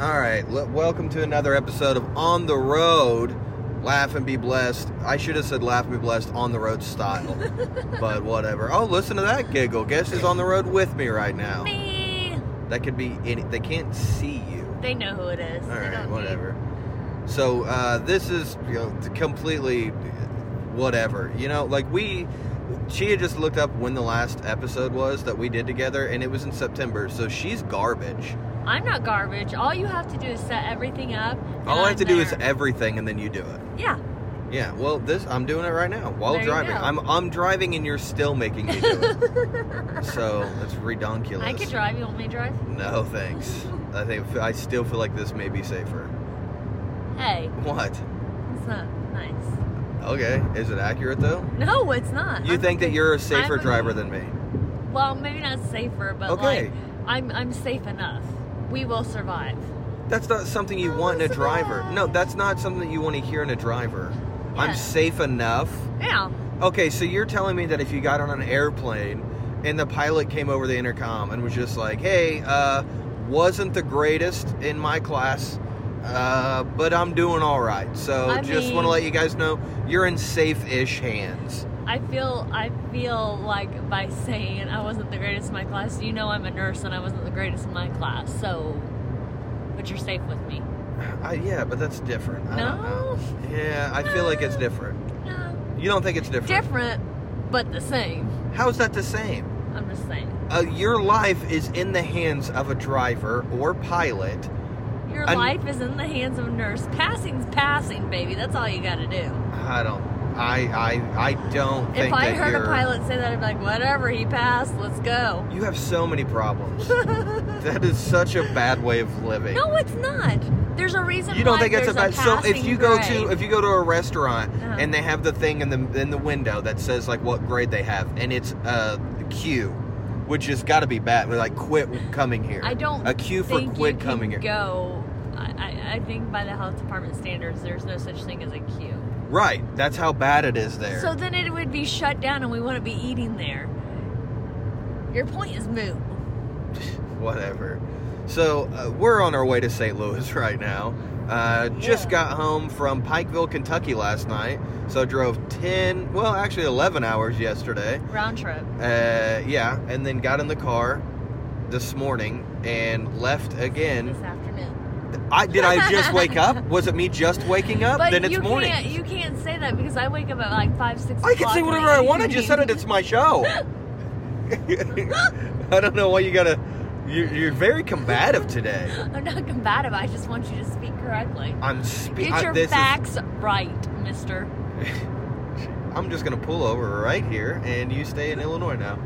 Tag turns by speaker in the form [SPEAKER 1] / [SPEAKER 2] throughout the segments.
[SPEAKER 1] All right, l- welcome to another episode of On the Road. Laugh and be blessed. I should have said laugh and be blessed on the road style, but whatever. Oh, listen to that giggle. Guess who's on the road with me right now?
[SPEAKER 2] Me.
[SPEAKER 1] That could be any. They can't see you.
[SPEAKER 2] They know who it is.
[SPEAKER 1] All
[SPEAKER 2] They don't
[SPEAKER 1] right,
[SPEAKER 2] need-
[SPEAKER 1] whatever. So uh, this is you know completely whatever. You know, like we. She had just looked up when the last episode was that we did together, and it was in September. So she's garbage.
[SPEAKER 2] I'm not garbage. All you have to do is set everything up. and
[SPEAKER 1] All I have
[SPEAKER 2] I'm
[SPEAKER 1] to do is
[SPEAKER 2] there.
[SPEAKER 1] everything, and then you do it.
[SPEAKER 2] yeah.
[SPEAKER 1] Yeah, well, this I'm doing it right now while
[SPEAKER 2] There you
[SPEAKER 1] driving.
[SPEAKER 2] go.
[SPEAKER 1] I'm I'm driving and you're still making me do it. so that's redonkulous.
[SPEAKER 2] I could drive. You want me to drive?
[SPEAKER 1] No, thanks. I think I still feel like this may be safer.
[SPEAKER 2] Hey,
[SPEAKER 1] What?
[SPEAKER 2] it's not nice.
[SPEAKER 1] Okay, is it accurate though?
[SPEAKER 2] No, it's not.
[SPEAKER 1] You
[SPEAKER 2] I'm-
[SPEAKER 1] think that you're a safer
[SPEAKER 2] I'm a-
[SPEAKER 1] driver than me?
[SPEAKER 2] Well, maybe not safer, but
[SPEAKER 1] Okay.
[SPEAKER 2] like, I'm I'm safe enough. We will survive.
[SPEAKER 1] That's not something you
[SPEAKER 2] Oh,
[SPEAKER 1] want in a
[SPEAKER 2] it's
[SPEAKER 1] driver.
[SPEAKER 2] bad.
[SPEAKER 1] No, that's not something that you want to hear in a driver.
[SPEAKER 2] Yeah.
[SPEAKER 1] I'm safe enough.
[SPEAKER 2] Yeah.
[SPEAKER 1] Okay, so you're telling me that if you got on an airplane and the pilot came over the intercom and was just like, hey, uh, wasn't the greatest in my class, uh, but I'm doing all right. So
[SPEAKER 2] I
[SPEAKER 1] just want to
[SPEAKER 2] mean-
[SPEAKER 1] let you guys know you're in safe ish hands.
[SPEAKER 2] I feel I feel like by saying I wasn't the greatest in my class, you know I'm a nurse and I wasn't the greatest in my class, so but you're safe with me.
[SPEAKER 1] I, yeah, but that's different. I don't
[SPEAKER 2] No?
[SPEAKER 1] know. Yeah, I feel like it's different.
[SPEAKER 2] No.
[SPEAKER 1] You don't think it's different?
[SPEAKER 2] Different but the same.
[SPEAKER 1] How's that the same?
[SPEAKER 2] I'm just saying.
[SPEAKER 1] Uh, your life is in the hands of a driver or pilot.
[SPEAKER 2] Your
[SPEAKER 1] I'm-
[SPEAKER 2] life is in the hands of a nurse. Passing's passing, baby. That's all you gotta do.
[SPEAKER 1] I don't. I I I don't think
[SPEAKER 2] If I
[SPEAKER 1] that
[SPEAKER 2] heard
[SPEAKER 1] you're...
[SPEAKER 2] a pilot say that I'd be like, whatever, he passed, let's go.
[SPEAKER 1] You have so many problems. that is such a bad way of living.
[SPEAKER 2] No, it's not. There's a reason
[SPEAKER 1] you don't
[SPEAKER 2] why
[SPEAKER 1] think it's a bad.
[SPEAKER 2] there's
[SPEAKER 1] So if
[SPEAKER 2] passing
[SPEAKER 1] you go
[SPEAKER 2] grade.
[SPEAKER 1] to if you go to a restaurant
[SPEAKER 2] Uh-huh.
[SPEAKER 1] and they have the thing in the in the window that says like what grade they have and it's a Q, which has got to be bad. We're like quit coming here.
[SPEAKER 2] I don't
[SPEAKER 1] a Q for
[SPEAKER 2] think
[SPEAKER 1] quit
[SPEAKER 2] you
[SPEAKER 1] coming
[SPEAKER 2] can
[SPEAKER 1] here.
[SPEAKER 2] Go. I, I, I think by the health department standards, there's no such thing as a queue.
[SPEAKER 1] Right. That's how bad it is there.
[SPEAKER 2] So then it would be shut down, and we wouldn't be eating there. Your point is moot.
[SPEAKER 1] whatever. So uh, we're on our way to St. Louis right now. Uh, Just
[SPEAKER 2] Yeah.
[SPEAKER 1] got home from Pikeville, Kentucky last night. So drove 10, well, actually 11 hours yesterday.
[SPEAKER 2] Round trip.
[SPEAKER 1] Uh, yeah, and then got in the car this morning and left again.
[SPEAKER 2] This afternoon.
[SPEAKER 1] I did I just wake up? Was it me just waking up?
[SPEAKER 2] but
[SPEAKER 1] then it's
[SPEAKER 2] you
[SPEAKER 1] morning.
[SPEAKER 2] can't. You can't say that because I wake up at like five, six.
[SPEAKER 1] I can
[SPEAKER 2] o'clock
[SPEAKER 1] say
[SPEAKER 2] in the
[SPEAKER 1] whatever I want. I just said it.
[SPEAKER 2] evening.
[SPEAKER 1] It's my show. I don't know why you gotta. You're, you're very combative today.
[SPEAKER 2] I'm not combative. I just want you to speak correctly.
[SPEAKER 1] I'm speaking.
[SPEAKER 2] Get your
[SPEAKER 1] this is-
[SPEAKER 2] facts right, Mister.
[SPEAKER 1] I'm just gonna pull over right here, and you stay in Illinois now.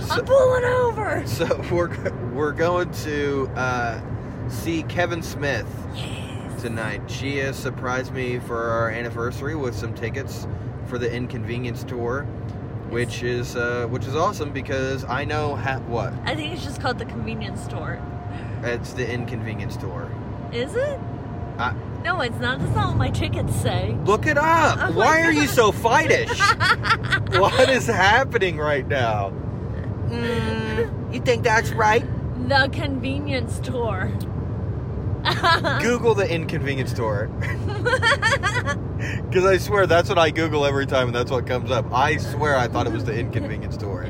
[SPEAKER 1] So-
[SPEAKER 2] I'm pulling over.
[SPEAKER 1] So we're go- we're going to uh, see Kevin Smith tonight. Gia surprised me for our anniversary with some tickets for the Inconvenience tour, which is uh, which is awesome because I know ha- what
[SPEAKER 2] I think it's just called the convenience store.
[SPEAKER 1] it's the Inconvenience tour.
[SPEAKER 2] Is it?
[SPEAKER 1] I-
[SPEAKER 2] no, it's not. That's not what my tickets say.
[SPEAKER 1] Look it up.
[SPEAKER 2] Oh my
[SPEAKER 1] Why are you
[SPEAKER 2] God.
[SPEAKER 1] so fightish? what is happening right now? Mm, you think that's right?
[SPEAKER 2] The convenience store.
[SPEAKER 1] Google the inconvenience store. Because I swear that's what I Google every time and that's what comes up. I swear I thought it was the inconvenience store.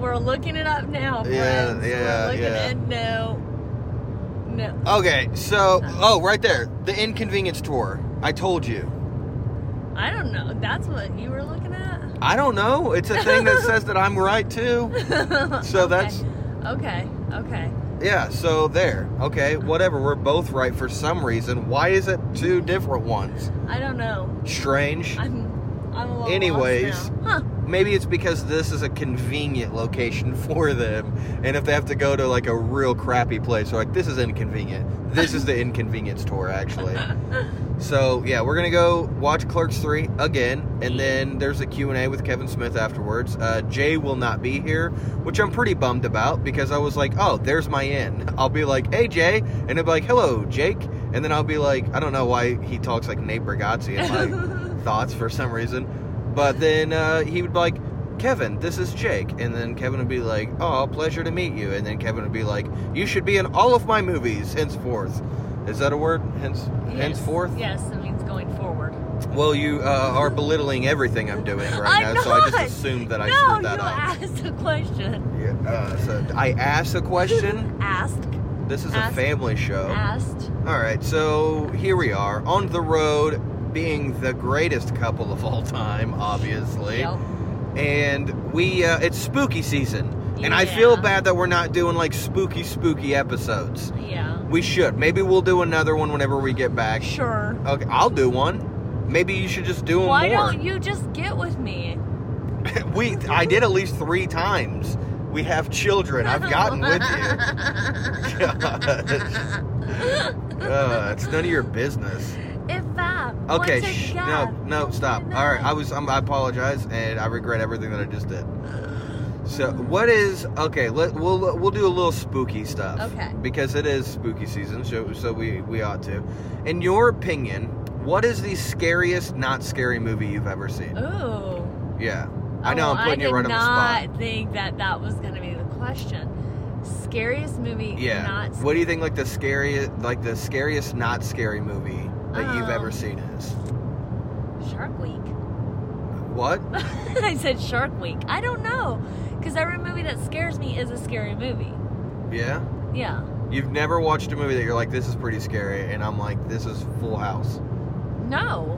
[SPEAKER 2] We're looking it up now.
[SPEAKER 1] Yeah,
[SPEAKER 2] friends.
[SPEAKER 1] yeah,
[SPEAKER 2] We're looking
[SPEAKER 1] yeah.
[SPEAKER 2] It, no, no.
[SPEAKER 1] Okay, so, oh, right there. The inconvenience store. I told you.
[SPEAKER 2] I don't know. That's what you were looking at.
[SPEAKER 1] I don't know. It's a thing that says that I'm right too. So
[SPEAKER 2] Okay.
[SPEAKER 1] that's,
[SPEAKER 2] okay. Okay.
[SPEAKER 1] yeah, so there. Okay, whatever. We're both right for some reason. Why is it two different ones?
[SPEAKER 2] I don't know.
[SPEAKER 1] Strange.
[SPEAKER 2] I'm. I'm a little
[SPEAKER 1] Anyways.
[SPEAKER 2] Lost now. Huh.
[SPEAKER 1] Maybe it's because this is a convenient location for them, and if they have to go to like a real crappy place, they're like, "This is inconvenient." This is the inconvenience tour, actually. so yeah, we're gonna go watch Clerks three again, and then there's a Q and A with Kevin Smith afterwards. Uh, Jay will not be here, which I'm pretty bummed about because I was like, "Oh, there's my in." I'll be like, "Hey, Jay," and he'll be like, "Hello, Jake," and then I'll be like, "I don't know why he talks like Nate Bargatze in my thoughts for some reason." But then uh, he would be like, Kevin, this is Jake. And then Kevin would be like, oh, pleasure to meet you. And then Kevin would be like, you should be in all of my movies henceforth. Is that a word? Hence,
[SPEAKER 2] Yes.
[SPEAKER 1] henceforth.
[SPEAKER 2] Yes, it means going forward.
[SPEAKER 1] Well, you uh, are belittling everything I'm doing right now,
[SPEAKER 2] I'm
[SPEAKER 1] so I
[SPEAKER 2] not.
[SPEAKER 1] just assumed that I
[SPEAKER 2] no,
[SPEAKER 1] screwed that
[SPEAKER 2] you
[SPEAKER 1] up.
[SPEAKER 2] asked a question.
[SPEAKER 1] Yeah, uh, so I asked a question. Oh.
[SPEAKER 2] Asked.
[SPEAKER 1] This is
[SPEAKER 2] Ask.
[SPEAKER 1] a family show.
[SPEAKER 2] Asked.
[SPEAKER 1] All right, so here we are on the road, being the greatest couple of all time, obviously.
[SPEAKER 2] Yep.
[SPEAKER 1] And we, uh, it's spooky season, and I feel
[SPEAKER 2] Yeah.
[SPEAKER 1] bad that we're not doing like spooky, spooky episodes.
[SPEAKER 2] Yeah.
[SPEAKER 1] We should. Maybe we'll do another one whenever we get back.
[SPEAKER 2] Sure.
[SPEAKER 1] Okay, I'll do one. Maybe you should just do 'em
[SPEAKER 2] Why
[SPEAKER 1] more.
[SPEAKER 2] don't you just get with me?
[SPEAKER 1] We, I did at least three times. We have children. I've gotten with you. Gosh. Uh, it's none of your business.
[SPEAKER 2] If that.
[SPEAKER 1] Okay,
[SPEAKER 2] what's
[SPEAKER 1] shh,
[SPEAKER 2] it
[SPEAKER 1] no,
[SPEAKER 2] got?
[SPEAKER 1] no, stop.
[SPEAKER 2] No.
[SPEAKER 1] All right, I was, I'm, I apologize, and I regret everything that I just did. So, what is okay? Let we'll we'll do a little spooky stuff,
[SPEAKER 2] Okay.
[SPEAKER 1] Because it is spooky season, so so we we ought to. In your opinion, what is the scariest, not scary movie you've ever seen?
[SPEAKER 2] Ooh.
[SPEAKER 1] Yeah, I know
[SPEAKER 2] Oh,
[SPEAKER 1] I'm putting
[SPEAKER 2] I
[SPEAKER 1] you right
[SPEAKER 2] did
[SPEAKER 1] on the spot.
[SPEAKER 2] not think that that was going to be the question. Scariest movie?
[SPEAKER 1] Yeah.
[SPEAKER 2] Not
[SPEAKER 1] what do you think like the scariest like the scariest not scary movie that you've ever
[SPEAKER 2] Um,
[SPEAKER 1] seen is?
[SPEAKER 2] Shark Week.
[SPEAKER 1] What?
[SPEAKER 2] I said Shark Week. I don't know, because every movie that scares me is a scary movie.
[SPEAKER 1] Yeah.
[SPEAKER 2] Yeah.
[SPEAKER 1] You've never watched a movie that you're like this is pretty scary and I'm like this is Full House.
[SPEAKER 2] No.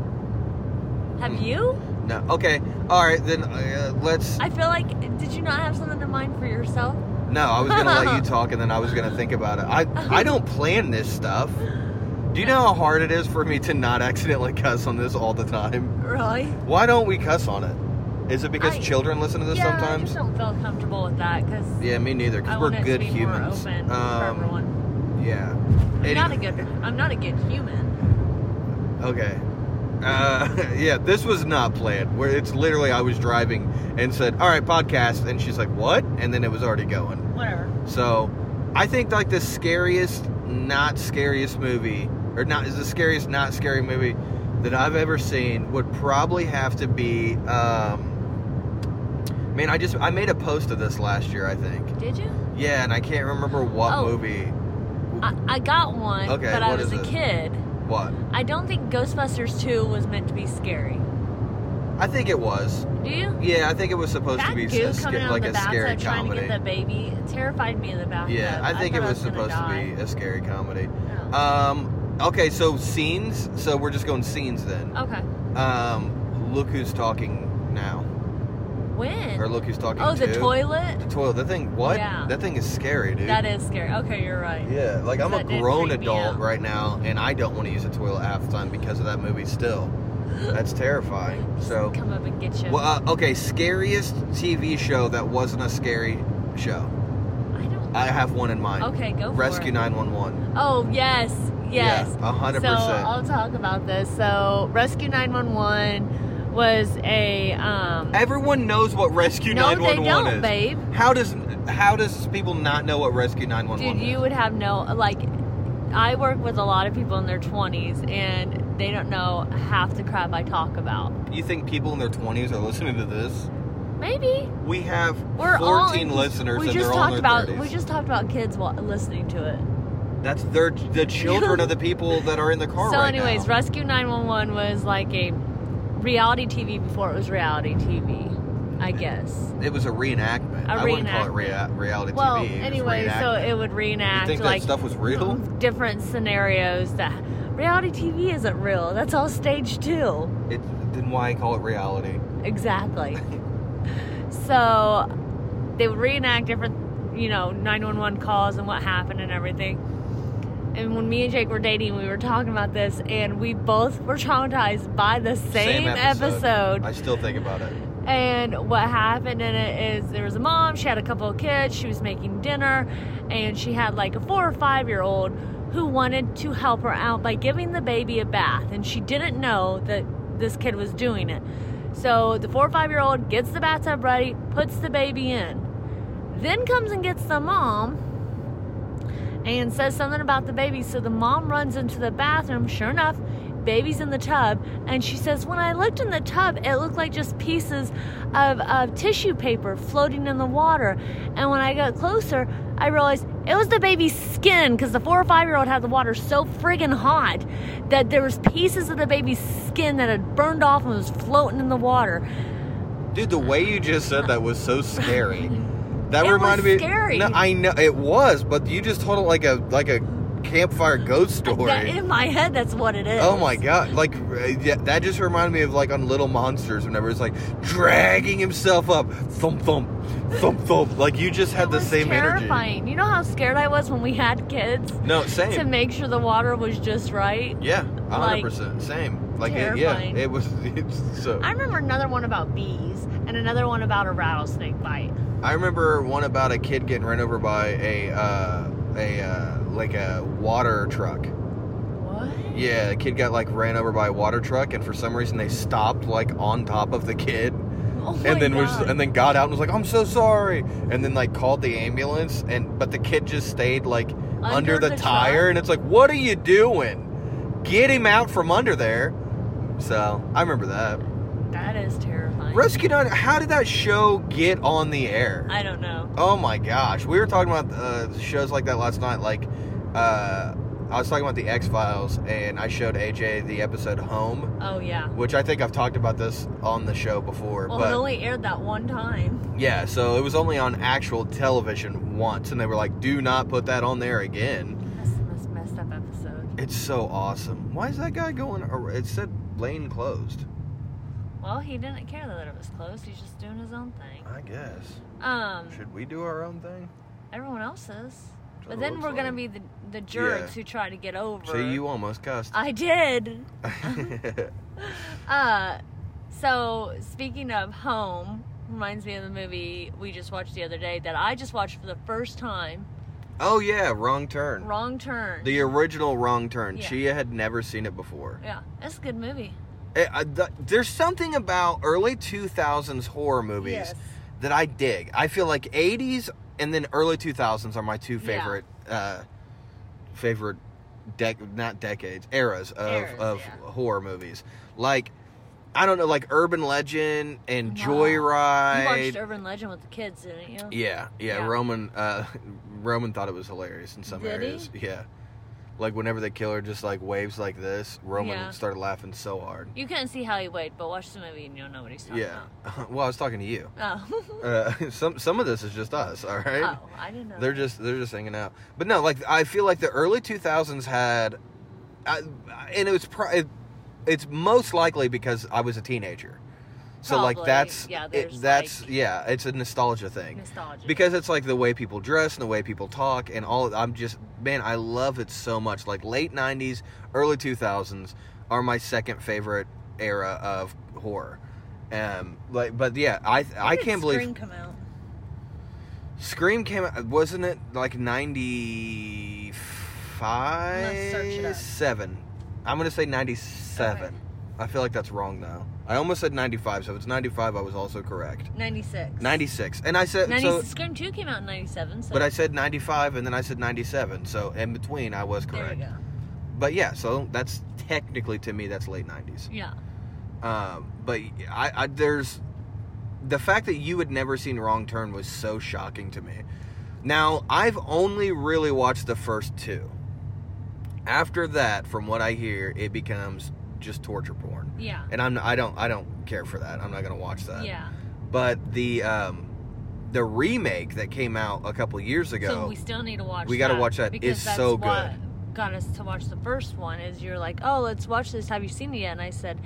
[SPEAKER 2] Have
[SPEAKER 1] Hmm.
[SPEAKER 2] you?
[SPEAKER 1] No. Okay. All right, then uh, let's
[SPEAKER 2] I feel like did you not have something in mind for yourself?
[SPEAKER 1] No, I was going to let you talk and then I was going to think about it. I I don't plan this stuff. Do you know how hard it is for me to not accidentally cuss on this all the time?
[SPEAKER 2] Really?
[SPEAKER 1] Why don't we cuss on it? Is it because
[SPEAKER 2] I-
[SPEAKER 1] children listen to this
[SPEAKER 2] yeah, I
[SPEAKER 1] sometimes?
[SPEAKER 2] just don't feel comfortable with that because
[SPEAKER 1] Yeah, me neither.
[SPEAKER 2] I
[SPEAKER 1] Because
[SPEAKER 2] want
[SPEAKER 1] we're
[SPEAKER 2] it
[SPEAKER 1] good
[SPEAKER 2] to be
[SPEAKER 1] humans.
[SPEAKER 2] more open for
[SPEAKER 1] um,
[SPEAKER 2] everyone.
[SPEAKER 1] yeah.
[SPEAKER 2] I'm
[SPEAKER 1] Any-
[SPEAKER 2] not a good. I'm not a good human.
[SPEAKER 1] Okay. Uh, yeah, this was not planned. Where it's literally I was driving and said, "All right, podcast," and she's like, "What?" And then it was already going.
[SPEAKER 2] Whatever.
[SPEAKER 1] So, I think like the scariest, not scariest movie, or not is the scariest, not scary movie that I've ever seen would probably have to be. Um, man, I just I made a post of this last year, I think.
[SPEAKER 2] Did you?
[SPEAKER 1] Yeah, and I can't remember what
[SPEAKER 2] Oh.
[SPEAKER 1] movie.
[SPEAKER 2] I, I got one,
[SPEAKER 1] Okay,
[SPEAKER 2] but I
[SPEAKER 1] what
[SPEAKER 2] was
[SPEAKER 1] is
[SPEAKER 2] a
[SPEAKER 1] it?
[SPEAKER 2] kid.
[SPEAKER 1] What?
[SPEAKER 2] I don't think Ghostbusters 2 was meant to be scary.
[SPEAKER 1] I think it was.
[SPEAKER 2] Do you?
[SPEAKER 1] Yeah, I think it was supposed
[SPEAKER 2] that
[SPEAKER 1] to be
[SPEAKER 2] goo
[SPEAKER 1] a sca-
[SPEAKER 2] coming out
[SPEAKER 1] like
[SPEAKER 2] of
[SPEAKER 1] a
[SPEAKER 2] the
[SPEAKER 1] scary
[SPEAKER 2] bathtub trying
[SPEAKER 1] comedy.
[SPEAKER 2] to get the baby terrified me in the bathtub.
[SPEAKER 1] yeah, I think
[SPEAKER 2] thought
[SPEAKER 1] it was
[SPEAKER 2] gonna
[SPEAKER 1] supposed to
[SPEAKER 2] die.
[SPEAKER 1] be a scary comedy.
[SPEAKER 2] Oh.
[SPEAKER 1] Um, okay, so scenes. So we're just going scenes then.
[SPEAKER 2] okay.
[SPEAKER 1] Um, look who's talking now,
[SPEAKER 2] When?
[SPEAKER 1] or look who's talking.
[SPEAKER 2] oh, the
[SPEAKER 1] to.
[SPEAKER 2] toilet?
[SPEAKER 1] The toilet. That thing. What?
[SPEAKER 2] Yeah.
[SPEAKER 1] That thing is scary, dude.
[SPEAKER 2] That is scary. Okay, you're right.
[SPEAKER 1] Yeah, like I'm a
[SPEAKER 2] That did
[SPEAKER 1] grown
[SPEAKER 2] freak me
[SPEAKER 1] adult
[SPEAKER 2] out.
[SPEAKER 1] right now, and I don't want to use a toilet half the time because of that movie. Still, that's terrifying.
[SPEAKER 2] Just
[SPEAKER 1] So,
[SPEAKER 2] Come up and get you.
[SPEAKER 1] well, uh, okay, scariest TV show that wasn't a scary show.
[SPEAKER 2] I don't.
[SPEAKER 1] I have one in mind.
[SPEAKER 2] okay, go for
[SPEAKER 1] Rescue
[SPEAKER 2] it.
[SPEAKER 1] 911.
[SPEAKER 2] Oh, yes. Yes.
[SPEAKER 1] Yeah, 100%.
[SPEAKER 2] So I'll talk about this. So Rescue 911 was a. Um,
[SPEAKER 1] Everyone knows what Rescue
[SPEAKER 2] no, they
[SPEAKER 1] 911
[SPEAKER 2] don't,
[SPEAKER 1] is.
[SPEAKER 2] babe.
[SPEAKER 1] How does how does people not know what Rescue 911
[SPEAKER 2] Dude,
[SPEAKER 1] is?
[SPEAKER 2] you would have no like. I work with a lot of people in their 20s, and they don't know half the crap I talk about.
[SPEAKER 1] You think people in their 20s are listening to this?
[SPEAKER 2] Maybe
[SPEAKER 1] We have
[SPEAKER 2] we're all
[SPEAKER 1] 14 listeners
[SPEAKER 2] We
[SPEAKER 1] and
[SPEAKER 2] just
[SPEAKER 1] they're all
[SPEAKER 2] talked
[SPEAKER 1] in their
[SPEAKER 2] about
[SPEAKER 1] 30s.
[SPEAKER 2] we just talked about kids wa- listening to it.
[SPEAKER 1] That's their the children of the people that are in the car
[SPEAKER 2] so,
[SPEAKER 1] right
[SPEAKER 2] anyways,
[SPEAKER 1] now.
[SPEAKER 2] Rescue 911 was like a reality TV before it was reality TV, I guess.
[SPEAKER 1] it was a reenactment.
[SPEAKER 2] A
[SPEAKER 1] I wouldn't call it
[SPEAKER 2] reenactment.
[SPEAKER 1] rea- reality
[SPEAKER 2] well,
[SPEAKER 1] TV. It was
[SPEAKER 2] anyway, so
[SPEAKER 1] reenactment.
[SPEAKER 2] it would
[SPEAKER 1] you
[SPEAKER 2] reenact
[SPEAKER 1] think
[SPEAKER 2] like
[SPEAKER 1] that stuff was real?
[SPEAKER 2] different scenarios that reality TV isn't real. That's all stage two.
[SPEAKER 1] It, then why call it reality?
[SPEAKER 2] Exactly. so they would reenact different, you know, 911 calls and what happened and everything. And when me and Jake were dating, we were talking about this, and we both were traumatized by the same,
[SPEAKER 1] episode.
[SPEAKER 2] episode.
[SPEAKER 1] I still think about it.
[SPEAKER 2] And what happened in it is there was a mom, she had a couple of kids, she was making dinner, and she had like a four or five year old who wanted to help her out by giving the baby a bath. And she didn't know that this kid was doing it. So the four or five year old gets the bathtub ready, puts the baby in, then comes and gets the mom and says something about the baby. So the mom runs into the bathroom. Sure enough, baby's in the tub and she says when i looked in the tub it looked like just pieces of, of tissue paper floating in the water and when i got closer i realized it was the baby's skin because the four or five year old had the water so friggin' hot that there was pieces of the baby's skin that had burned off and was floating in the water
[SPEAKER 1] Dude, the way you just said that was so scary. That
[SPEAKER 2] It was
[SPEAKER 1] reminded me.
[SPEAKER 2] scary.
[SPEAKER 1] No, I know it was, but you just told it like a like a campfire ghost story.
[SPEAKER 2] That- in my head that's what it is
[SPEAKER 1] Oh my god! Like uh, yeah, that just reminded me of like on Little Monsters, whenever it's like dragging himself up, thump thump, thump thump. Like you just had
[SPEAKER 2] It
[SPEAKER 1] the
[SPEAKER 2] was
[SPEAKER 1] same
[SPEAKER 2] terrifying. You know how scared I was when we had kids
[SPEAKER 1] energy. No, same.
[SPEAKER 2] to make sure the water was just right.
[SPEAKER 1] yeah, a hundred
[SPEAKER 2] like,
[SPEAKER 1] percent same. Like it, yeah,
[SPEAKER 2] terrifying.
[SPEAKER 1] it was. It's so.
[SPEAKER 2] I remember another one about bees and another one about a rattlesnake bite.
[SPEAKER 1] I remember one about a kid getting run over by a uh, a uh, like a water truck.
[SPEAKER 2] What?
[SPEAKER 1] Yeah, the kid got like ran over by a water truck, and for some reason they stopped like on top of the kid,
[SPEAKER 2] Oh my
[SPEAKER 1] and then
[SPEAKER 2] God.
[SPEAKER 1] was and then got out and was like, "I'm so sorry," and then like called the ambulance, and but the kid just stayed like under,
[SPEAKER 2] Under
[SPEAKER 1] the,
[SPEAKER 2] the
[SPEAKER 1] tire,
[SPEAKER 2] truck?
[SPEAKER 1] and it's like, "What are you doing? Get him out from under there." So I remember that
[SPEAKER 2] that is terrifying.
[SPEAKER 1] Rescue 9. How did that show get on the air?
[SPEAKER 2] I don't know.
[SPEAKER 1] Oh my gosh, we were talking about uh, shows like that last night. Like, uh, I was talking about the X Files, and I showed AJ the episode Home,
[SPEAKER 2] Oh yeah.
[SPEAKER 1] which I think I've talked about this on the show before.
[SPEAKER 2] Well,
[SPEAKER 1] but
[SPEAKER 2] it only aired that one time.
[SPEAKER 1] yeah, so it was only on actual television once, and they were like, "Do not put that on there again."
[SPEAKER 2] That's the most messed up episode.
[SPEAKER 1] It's so awesome. Why is that guy going? ar- It said lane closed.
[SPEAKER 2] Well, he didn't care that it was closed. He's just doing his own thing.
[SPEAKER 1] I guess.
[SPEAKER 2] Um,
[SPEAKER 1] Should we do our own thing?
[SPEAKER 2] everyone else's.
[SPEAKER 1] That's what
[SPEAKER 2] But
[SPEAKER 1] it
[SPEAKER 2] then
[SPEAKER 1] looks
[SPEAKER 2] we're gonna
[SPEAKER 1] like.
[SPEAKER 2] be the, the jerks
[SPEAKER 1] Yeah.
[SPEAKER 2] who try to get over.
[SPEAKER 1] See, you almost cussed.
[SPEAKER 2] I did. Uh, so speaking of home, reminds me of the movie we just watched the other day that I just watched for the first time,
[SPEAKER 1] oh yeah, wrong turn.
[SPEAKER 2] Wrong Turn.
[SPEAKER 1] The original Wrong Turn.
[SPEAKER 2] Yeah.
[SPEAKER 1] Chia had never seen it before.
[SPEAKER 2] yeah, that's a good movie.
[SPEAKER 1] Eh, I- th- there's something about early 2000s horror movies
[SPEAKER 2] Yes.
[SPEAKER 1] that I dig. I feel like 80s and then early 2000s are my two
[SPEAKER 2] Yeah.
[SPEAKER 1] favorite uh, favorite dec- not decades eras of
[SPEAKER 2] Eras,
[SPEAKER 1] of
[SPEAKER 2] yeah.
[SPEAKER 1] horror movies. Like I don't know, like Urban Legend and
[SPEAKER 2] Wow. you
[SPEAKER 1] Joyride.
[SPEAKER 2] watched Urban Legend with the kids, didn't you?
[SPEAKER 1] Yeah, yeah.
[SPEAKER 2] Yeah.
[SPEAKER 1] Roman uh, Roman thought it was hilarious in some
[SPEAKER 2] Did he?
[SPEAKER 1] areas. Yeah, like whenever the killer just like waves like this, Roman
[SPEAKER 2] Yeah.
[SPEAKER 1] started laughing so hard.
[SPEAKER 2] You couldn't see how he weighed, but watch the movie and you'll know what he's talking
[SPEAKER 1] Yeah. well, I was talking to you.
[SPEAKER 2] about. Oh.
[SPEAKER 1] Uh, some some of this is just us. All right.
[SPEAKER 2] oh, I didn't know.
[SPEAKER 1] They're just they're just hanging out. But no, like I feel like the early 2000s had, I, and it was pro- it, it's most likely because I was a teenager. So like
[SPEAKER 2] Probably.
[SPEAKER 1] that's
[SPEAKER 2] Yeah,
[SPEAKER 1] it-
[SPEAKER 2] there's,
[SPEAKER 1] that's
[SPEAKER 2] like-
[SPEAKER 1] yeah, it's a nostalgia thing.
[SPEAKER 2] nostalgia.
[SPEAKER 1] because it's like the way people dress and the way people talk and all i'm just man i love it so much like late 90s early 2000s are my second favorite era of horror um like but yeah i
[SPEAKER 2] When
[SPEAKER 1] i
[SPEAKER 2] did
[SPEAKER 1] can't believe
[SPEAKER 2] Scream come out.
[SPEAKER 1] scream came out wasn't it like 95
[SPEAKER 2] Let's search it up.
[SPEAKER 1] 7 i'm gonna say 97
[SPEAKER 2] Okay.
[SPEAKER 1] i feel like that's wrong though i almost said 95 so if it's 95 i was also correct
[SPEAKER 2] Ninety six.
[SPEAKER 1] 96 and i said so
[SPEAKER 2] Scream two came out in ninety seven. So
[SPEAKER 1] but I said 95 and then I said 97. So in between, I was
[SPEAKER 2] there
[SPEAKER 1] correct.
[SPEAKER 2] you go.
[SPEAKER 1] But yeah, so that's technically to me, that's late 90s.
[SPEAKER 2] Yeah.
[SPEAKER 1] Um, but I, I, there's the fact that you had never seen Wrong Turn was so shocking to me. Now, I've only really watched the first two. After that, from what I hear, it becomes just torture porn.
[SPEAKER 2] Yeah.
[SPEAKER 1] And I'm I don't I don't care for that. I'm not going to watch that.
[SPEAKER 2] yeah.
[SPEAKER 1] But the um the remake that came out a couple years ago
[SPEAKER 2] So we still need to watch.
[SPEAKER 1] We gotta
[SPEAKER 2] that
[SPEAKER 1] watch that.
[SPEAKER 2] because
[SPEAKER 1] It's
[SPEAKER 2] that's
[SPEAKER 1] so
[SPEAKER 2] what Got us to watch the first one. Is you're like, oh, let's watch this. Have you seen it yet? And I said,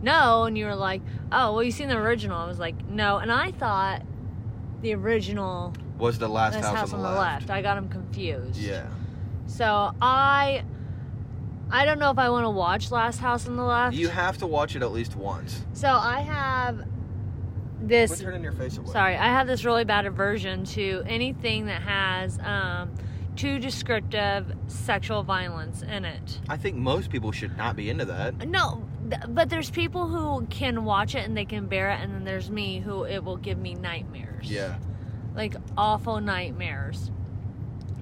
[SPEAKER 2] no. And you were like, oh, well, you seen the original. I was like, no. And I thought the original
[SPEAKER 1] was the last
[SPEAKER 2] this
[SPEAKER 1] house, on the left.
[SPEAKER 2] I got them confused.
[SPEAKER 1] Yeah.
[SPEAKER 2] So I, I don't know if I want to watch Last House on the Left.
[SPEAKER 1] You have to watch it at least once.
[SPEAKER 2] so I have
[SPEAKER 1] Quit
[SPEAKER 2] this
[SPEAKER 1] turning your face away.
[SPEAKER 2] Sorry, I have this really bad aversion to anything that has um, too descriptive sexual violence in it.
[SPEAKER 1] I think most people should not be into that.
[SPEAKER 2] No, th- but there's people who can watch it and they can bear it, and then there's me who it will give me nightmares.
[SPEAKER 1] Yeah.
[SPEAKER 2] Like awful nightmares.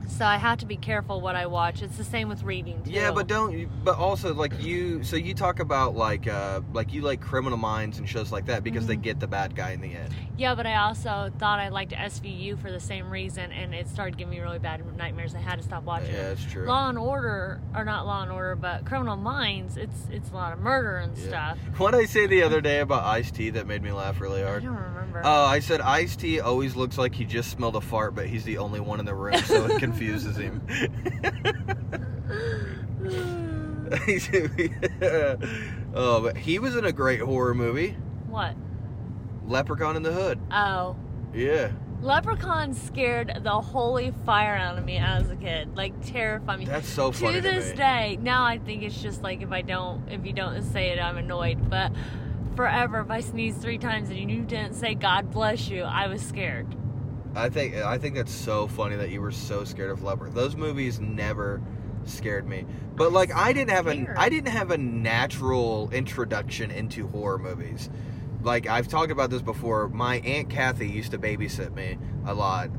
[SPEAKER 2] So I have to be careful what I watch. It's the same with reading too.
[SPEAKER 1] Yeah, but don't. But also, like you, so you talk about like, uh, like you like Criminal Minds and shows like that because they get the bad guy in the end.
[SPEAKER 2] yeah, but I also thought I liked SVU for the same reason, and it started giving me really bad nightmares. I had to stop watching.
[SPEAKER 1] Yeah,
[SPEAKER 2] it.
[SPEAKER 1] that's true.
[SPEAKER 2] Law and Order, or not Law and Order, but Criminal Minds. It's it's a lot of murder and
[SPEAKER 1] Yeah.
[SPEAKER 2] stuff.
[SPEAKER 1] What did I say the other day about Ice T that made me laugh really
[SPEAKER 2] I
[SPEAKER 1] hard?
[SPEAKER 2] don't remember. Uh,
[SPEAKER 1] Oh, I said Ice T always looks like he just smelled a fart, but he's the only one in the room, so it confuses him. He said- oh, but he was in a great horror movie,
[SPEAKER 2] what?
[SPEAKER 1] Leprechaun in the Hood.
[SPEAKER 2] Oh.
[SPEAKER 1] Yeah,
[SPEAKER 2] Leprechaun scared the holy fire out of me as a kid, like terrified me.
[SPEAKER 1] that's so funny.
[SPEAKER 2] to this
[SPEAKER 1] me.
[SPEAKER 2] day, now I think it's just like if I don't, if you don't say it, I'm annoyed. But forever, if I sneeze three times and you didn't say "God bless you," I was scared.
[SPEAKER 1] I think I think that's so funny that you were so scared of leper. Those movies never scared me. But like I didn't have a
[SPEAKER 2] Scared.
[SPEAKER 1] I didn't have a natural introduction into horror movies. Like I've talked about this before. My aunt Kathy used to babysit me a lot,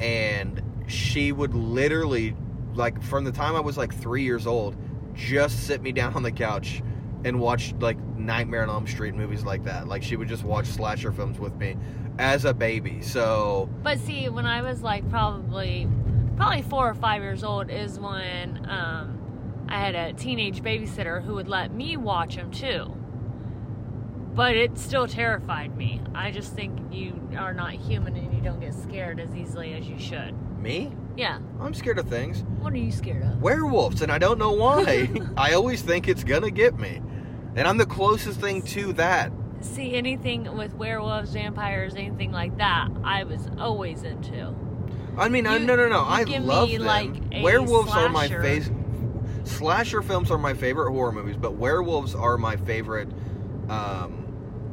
[SPEAKER 1] and she would literally like from the time I was like three years old, just sit me down on the couch and watch like Nightmare on Elm Street movies like that. Like she would just watch slasher films with me as a baby. So.
[SPEAKER 2] But see, when I was like probably, probably four or five years old, is when um, I had a teenage babysitter who would let me watch them too. But it still terrified me. I just think you are not human and you don't get scared as easily as you should.
[SPEAKER 1] Me?
[SPEAKER 2] Yeah.
[SPEAKER 1] I'm scared of things.
[SPEAKER 2] What are you scared of?
[SPEAKER 1] Werewolves, and I don't know why. I always think it's gonna get me. And I'm the closest thing to that.
[SPEAKER 2] see anything with werewolves, vampires, anything like that, I was always into.
[SPEAKER 1] I mean, I,
[SPEAKER 2] You-
[SPEAKER 1] no, no, no.
[SPEAKER 2] you
[SPEAKER 1] I
[SPEAKER 2] give
[SPEAKER 1] love
[SPEAKER 2] me,
[SPEAKER 1] them.
[SPEAKER 2] like, a
[SPEAKER 1] werewolves are my
[SPEAKER 2] slasher.
[SPEAKER 1] face. Slasher films are my favorite horror movies, but werewolves are my favorite um,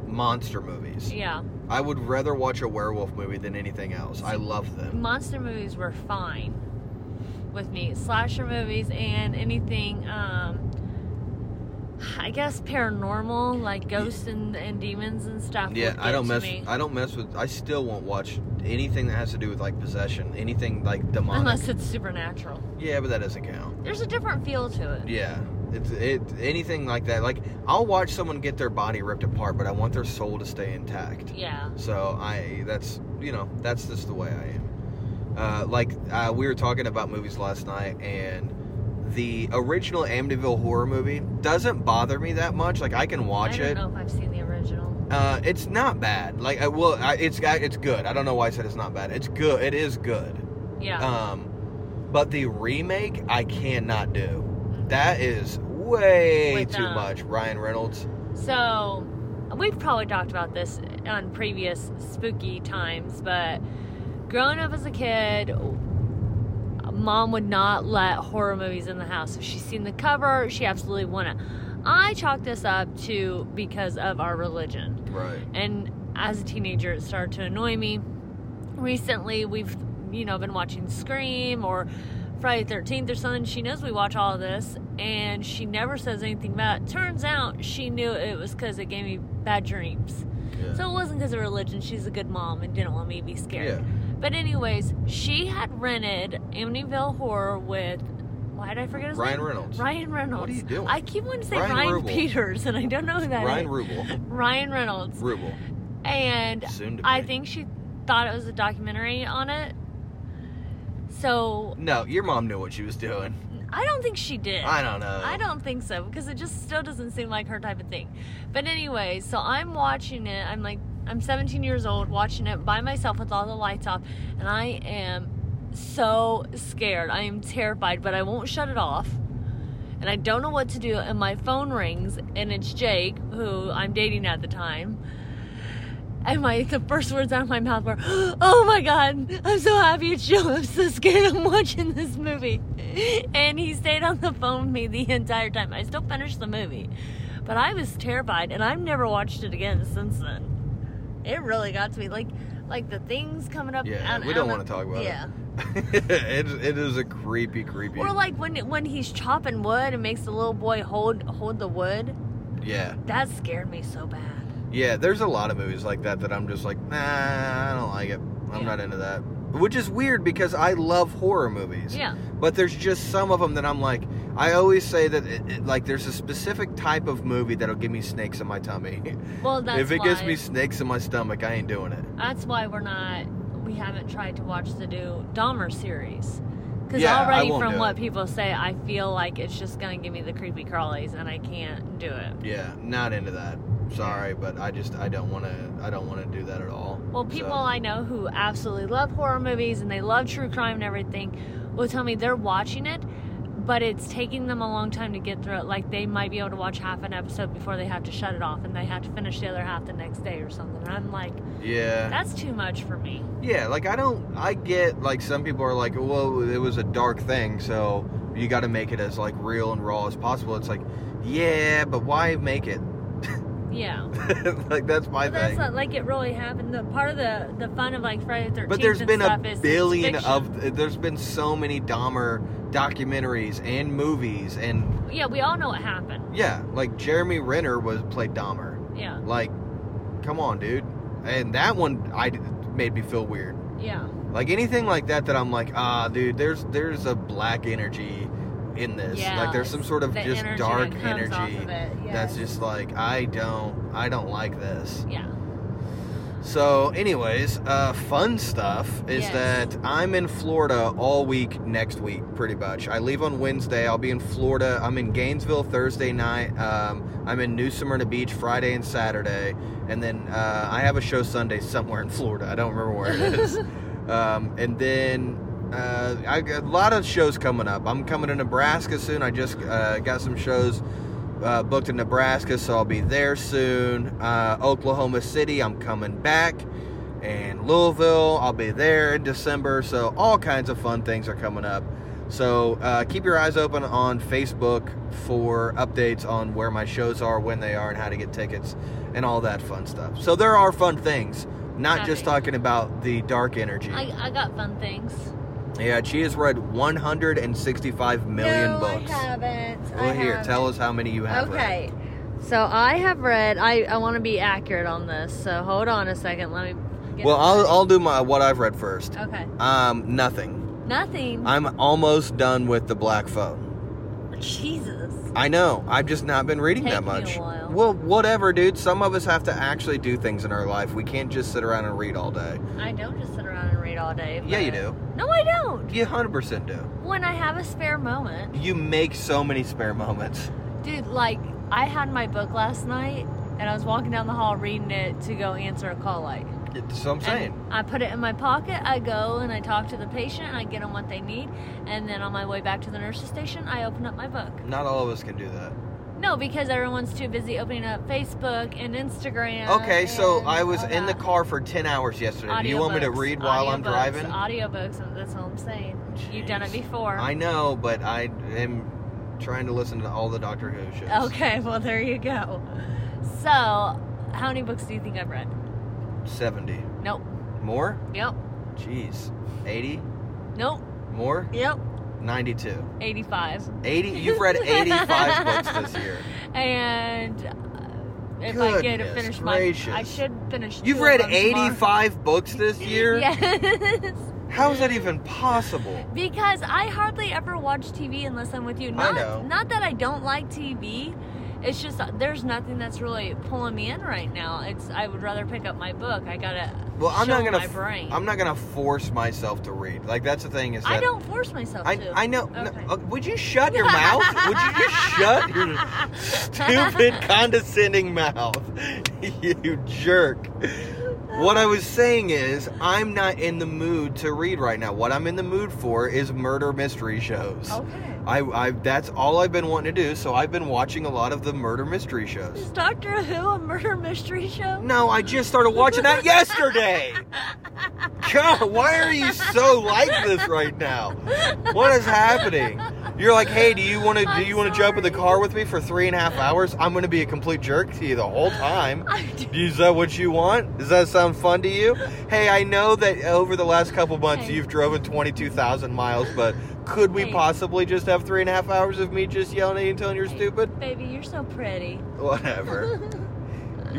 [SPEAKER 1] monster movies.
[SPEAKER 2] Yeah.
[SPEAKER 1] I would rather watch a werewolf movie than anything else. I love them.
[SPEAKER 2] Monster movies were fine with me. Slasher movies and anything, um, I guess paranormal, like ghosts and, and demons and stuff.
[SPEAKER 1] Yeah,
[SPEAKER 2] would
[SPEAKER 1] I
[SPEAKER 2] get
[SPEAKER 1] don't
[SPEAKER 2] to
[SPEAKER 1] mess.
[SPEAKER 2] Me.
[SPEAKER 1] I don't mess with. I still won't watch anything that has to do with like possession, anything like demonic.
[SPEAKER 2] Unless it's supernatural.
[SPEAKER 1] yeah, but that doesn't count.
[SPEAKER 2] There's a different feel to it.
[SPEAKER 1] Yeah, it's it anything like that. Like I'll watch someone get their body ripped apart, but I want their soul to stay intact.
[SPEAKER 2] Yeah.
[SPEAKER 1] So I that's you know that's just the way I am. Uh, like uh, we were talking about movies last night, and the original Amityville horror movie doesn't bother me that much. Like I can watch
[SPEAKER 2] I don't
[SPEAKER 1] it.
[SPEAKER 2] know if I've seen the original.
[SPEAKER 1] Uh, it's not bad. Like I, well, I, it's I, it's good. I don't know why I said it's not bad. It's good. It is good.
[SPEAKER 2] Yeah.
[SPEAKER 1] Um, but the remake I cannot do. That is way
[SPEAKER 2] With,
[SPEAKER 1] too
[SPEAKER 2] uh,
[SPEAKER 1] much. Ryan Reynolds.
[SPEAKER 2] So, we've probably talked about this on previous spooky times, but growing up as a kid, mom would not let horror movies in the house. If she's seen the cover, she absolutely wouldn't. I chalk this up to because of our religion.
[SPEAKER 1] Right.
[SPEAKER 2] And as a teenager, it started to annoy me. Recently, we've, you know, been watching Scream or Friday the 13th or something. She knows we watch all of this and she never says anything about it. Turns out she knew it was because it gave me bad dreams.
[SPEAKER 1] Yeah.
[SPEAKER 2] So it wasn't because of religion. She's a good mom and didn't want me to be scared.
[SPEAKER 1] Yeah.
[SPEAKER 2] But, anyways, she had rented Amityville Horror with, why did I forget his
[SPEAKER 1] Ryan
[SPEAKER 2] name?
[SPEAKER 1] Reynolds.
[SPEAKER 2] Ryan Reynolds.
[SPEAKER 1] What are you doing?
[SPEAKER 2] I keep wanting to say
[SPEAKER 1] Ryan
[SPEAKER 2] Ryan,
[SPEAKER 1] Rubel.
[SPEAKER 2] Peters, and I don't know who that is.
[SPEAKER 1] Ryan Rubel.
[SPEAKER 2] Ryan Reynolds.
[SPEAKER 1] Rubel.
[SPEAKER 2] And
[SPEAKER 1] Soon to be.
[SPEAKER 2] I think she thought it was a documentary on it. So
[SPEAKER 1] No, your mom knew what she was doing.
[SPEAKER 2] I don't think she did.
[SPEAKER 1] I don't know.
[SPEAKER 2] I don't think so because it just still doesn't seem like her type of thing. But anyway, so I'm watching it. I'm like, I'm 17 years old, watching it by myself with all the lights off, and I am so scared. I am terrified, but I won't shut it off. And I don't know what to do, and my phone rings, and it's Jake, who I'm dating at the time. And my the first words out of my mouth were, "Oh my god, I'm so happy it's you. I'm so scared. I'm watching this movie." And he stayed on the phone with me the entire time. I still finished the movie, but I was terrified, and I've never watched it again since then. It really got to me, like like the things coming up.
[SPEAKER 1] Yeah,
[SPEAKER 2] out-
[SPEAKER 1] we don't
[SPEAKER 2] out of-
[SPEAKER 1] wanna talk about it.
[SPEAKER 2] Yeah,
[SPEAKER 1] it, it is a creepy, creepy.
[SPEAKER 2] or like when when he's chopping wood and makes the little boy hold hold the wood.
[SPEAKER 1] yeah.
[SPEAKER 2] That scared me so bad.
[SPEAKER 1] Yeah, there's a lot of movies like that that I'm just like, nah, I don't like it. I'm
[SPEAKER 2] Yeah.
[SPEAKER 1] not into that. which is weird because I love horror movies.
[SPEAKER 2] Yeah.
[SPEAKER 1] But there's just some of them that I'm like, I always say that it, it- like there's a specific type of movie that'll give me snakes in my tummy.
[SPEAKER 2] Well, that's
[SPEAKER 1] if it
[SPEAKER 2] why,
[SPEAKER 1] gives me snakes in my stomach, I ain't doing it.
[SPEAKER 2] That's why we're not. We haven't tried to watch the new Dahmer series. Because
[SPEAKER 1] Yeah, I
[SPEAKER 2] already,
[SPEAKER 1] won't
[SPEAKER 2] from
[SPEAKER 1] do
[SPEAKER 2] what
[SPEAKER 1] it.
[SPEAKER 2] people say, I feel like it's just gonna give me the creepy crawlies, and I can't do it.
[SPEAKER 1] Yeah, not into that. Sorry, but I just I don't want to I don't want to do that at all.
[SPEAKER 2] Well,
[SPEAKER 1] So-
[SPEAKER 2] people I know who absolutely love horror movies and they love true crime and everything will tell me they're watching it, but it's taking them a long time to get through it. Like they might be able to watch half an episode before they have to shut it off and they have to finish the other half the next day or something. And I'm like,
[SPEAKER 1] yeah.
[SPEAKER 2] that's too much for me.
[SPEAKER 1] Yeah, like I don't, I get like some people are like, well, it was a dark thing, so you got to make it as like real and raw as possible. It's like, yeah, but why make it?
[SPEAKER 2] Yeah.
[SPEAKER 1] like that's my
[SPEAKER 2] But that's
[SPEAKER 1] thing.
[SPEAKER 2] not like it really happened. The part of the the fun of like Friday the 13th
[SPEAKER 1] But there's
[SPEAKER 2] and
[SPEAKER 1] been a
[SPEAKER 2] stuff is it's
[SPEAKER 1] billion
[SPEAKER 2] fiction.
[SPEAKER 1] of, there's been so many Dahmer documentaries and movies, and
[SPEAKER 2] Yeah, we all know what happened.
[SPEAKER 1] yeah, like Jeremy Renner was played Dahmer.
[SPEAKER 2] Yeah.
[SPEAKER 1] Like, come on, dude. And that one, I made me feel weird.
[SPEAKER 2] Yeah.
[SPEAKER 1] Like anything like that that I'm like, ah, dude, there's there's a black energy in this.
[SPEAKER 2] yeah.
[SPEAKER 1] like there's some sort of
[SPEAKER 2] the
[SPEAKER 1] just
[SPEAKER 2] energy
[SPEAKER 1] dark
[SPEAKER 2] that comes
[SPEAKER 1] energy
[SPEAKER 2] off of it.
[SPEAKER 1] that's
[SPEAKER 2] Yes.
[SPEAKER 1] just like I don't I don't like this.
[SPEAKER 2] Yeah.
[SPEAKER 1] So, anyways, uh, fun stuff is
[SPEAKER 2] Yes.
[SPEAKER 1] that I'm in Florida all week next week, pretty much. I leave on Wednesday. I'll be in Florida. I'm in Gainesville Thursday night. Um, I'm in New Smyrna Beach Friday and Saturday, and then uh, I have a show Sunday somewhere in Florida. I don't remember where it is. um, and then. Uh, I got a lot of shows coming up. I'm coming to Nebraska soon. I just uh, got some shows uh, booked in Nebraska, so I'll be there soon. Uh, Oklahoma City, I'm coming back. And Louisville, I'll be there in December. So, all kinds of fun things are coming up. So, uh, keep your eyes open on Facebook for updates on where my shows are, when they are, and how to get tickets, and all that fun stuff. So, there are fun things, not just
[SPEAKER 2] Happy.
[SPEAKER 1] talking about the dark energy.
[SPEAKER 2] I, I got fun things.
[SPEAKER 1] yeah, she has read 165 million
[SPEAKER 2] no,
[SPEAKER 1] books.
[SPEAKER 2] I haven't.
[SPEAKER 1] Well,
[SPEAKER 2] I
[SPEAKER 1] here,
[SPEAKER 2] haven't.
[SPEAKER 1] tell us how many you have. read.
[SPEAKER 2] Okay. So I have read. I, I want to be accurate on this. So hold on a second. Let me. Get
[SPEAKER 1] Well, I'll, I'll do my what I've read first.
[SPEAKER 2] Okay.
[SPEAKER 1] Um, nothing.
[SPEAKER 2] Nothing.
[SPEAKER 1] I'm almost done with the Black Phone.
[SPEAKER 2] Jesus.
[SPEAKER 1] I know. I've just not been reading
[SPEAKER 2] Take
[SPEAKER 1] that
[SPEAKER 2] me
[SPEAKER 1] much.
[SPEAKER 2] a while.
[SPEAKER 1] Well, whatever, dude. Some of us have to actually do things in our life. We can't just sit around and read all day.
[SPEAKER 2] I don't just sit around and read all day.
[SPEAKER 1] Yeah, you
[SPEAKER 2] but-
[SPEAKER 1] do.
[SPEAKER 2] No, I don't.
[SPEAKER 1] You 100% do.
[SPEAKER 2] When I have a spare moment,
[SPEAKER 1] You make so many spare moments.
[SPEAKER 2] dude. Like I had my book last night, and I was walking down the hall reading it to go answer a call light.
[SPEAKER 1] That's what I'm saying.
[SPEAKER 2] And I put it in my pocket. I go and I talk to the patient. I get them what they need, and then on my way back to the nurse's station, I open up my book.
[SPEAKER 1] not all of us can do that.
[SPEAKER 2] No, because everyone's too busy opening up Facebook and Instagram.
[SPEAKER 1] okay, so
[SPEAKER 2] and
[SPEAKER 1] I was
[SPEAKER 2] all
[SPEAKER 1] in the
[SPEAKER 2] that.
[SPEAKER 1] car for 10 hours yesterday. do you want me to
[SPEAKER 2] Audiobooks,
[SPEAKER 1] read while I'm
[SPEAKER 2] audiobooks,
[SPEAKER 1] driving?
[SPEAKER 2] Audiobooks, and that's all I'm saying. You've done it
[SPEAKER 1] Jeez.
[SPEAKER 2] before.
[SPEAKER 1] I know, but I am trying to listen to all the Doctor Who shows.
[SPEAKER 2] Okay, well, there you go. So, how many books do you think I've read?
[SPEAKER 1] 70.
[SPEAKER 2] Nope.
[SPEAKER 1] More?
[SPEAKER 2] Yep.
[SPEAKER 1] Jeez. 80?
[SPEAKER 2] Nope.
[SPEAKER 1] More?
[SPEAKER 2] Yep.
[SPEAKER 1] 92.
[SPEAKER 2] 85.
[SPEAKER 1] 80? You've read 85 books this year.
[SPEAKER 2] And uh, if I get to
[SPEAKER 1] Goodness
[SPEAKER 2] finish my. I
[SPEAKER 1] gracious.
[SPEAKER 2] should finish.
[SPEAKER 1] You've
[SPEAKER 2] two of
[SPEAKER 1] read
[SPEAKER 2] them tomorrow.
[SPEAKER 1] 85 books this year?
[SPEAKER 2] Yes.
[SPEAKER 1] How is that even possible?
[SPEAKER 2] Because I hardly ever watch TV unless I'm with you. Not,
[SPEAKER 1] know.
[SPEAKER 2] not that I don't like TV. It's just uh, there's nothing that's really pulling me in right now. It's I would rather pick up my book. I gotta
[SPEAKER 1] Well, I'm
[SPEAKER 2] show
[SPEAKER 1] not gonna.
[SPEAKER 2] my
[SPEAKER 1] f-
[SPEAKER 2] brain.
[SPEAKER 1] I'm not gonna force myself to read. Like that's the thing is that
[SPEAKER 2] I don't force myself
[SPEAKER 1] I,
[SPEAKER 2] to.
[SPEAKER 1] I know. no,
[SPEAKER 2] Okay.
[SPEAKER 1] uh, would you shut your mouth? Would you just shut your stupid, condescending mouth? you jerk. What I was saying is, I'm not in the mood to read right now. What I'm in the mood for is murder mystery shows.
[SPEAKER 2] Okay.
[SPEAKER 1] I, I that's all I've been wanting to do. So I've been watching a lot of the murder mystery
[SPEAKER 2] Is
[SPEAKER 1] shows.
[SPEAKER 2] Doctor Who a murder mystery show?
[SPEAKER 1] No, I just started watching that yesterday. God, why are you so like this right now? What is happening? You're like, hey, do you want to do
[SPEAKER 2] I'm
[SPEAKER 1] you want to jump in the
[SPEAKER 2] sorry.
[SPEAKER 1] car with me for three and a half hours? I'm going to be a complete jerk to you the whole time.
[SPEAKER 2] I do.
[SPEAKER 1] Is that what you want? Does that sound fun to you? Hey, I know that over the last couple months
[SPEAKER 2] Hey.
[SPEAKER 1] you've driven 22,000 miles, but could we
[SPEAKER 2] Hey.
[SPEAKER 1] possibly just have three and a half hours of me just yelling at you and telling you're stupid?
[SPEAKER 2] Baby, you're so pretty.
[SPEAKER 1] Whatever.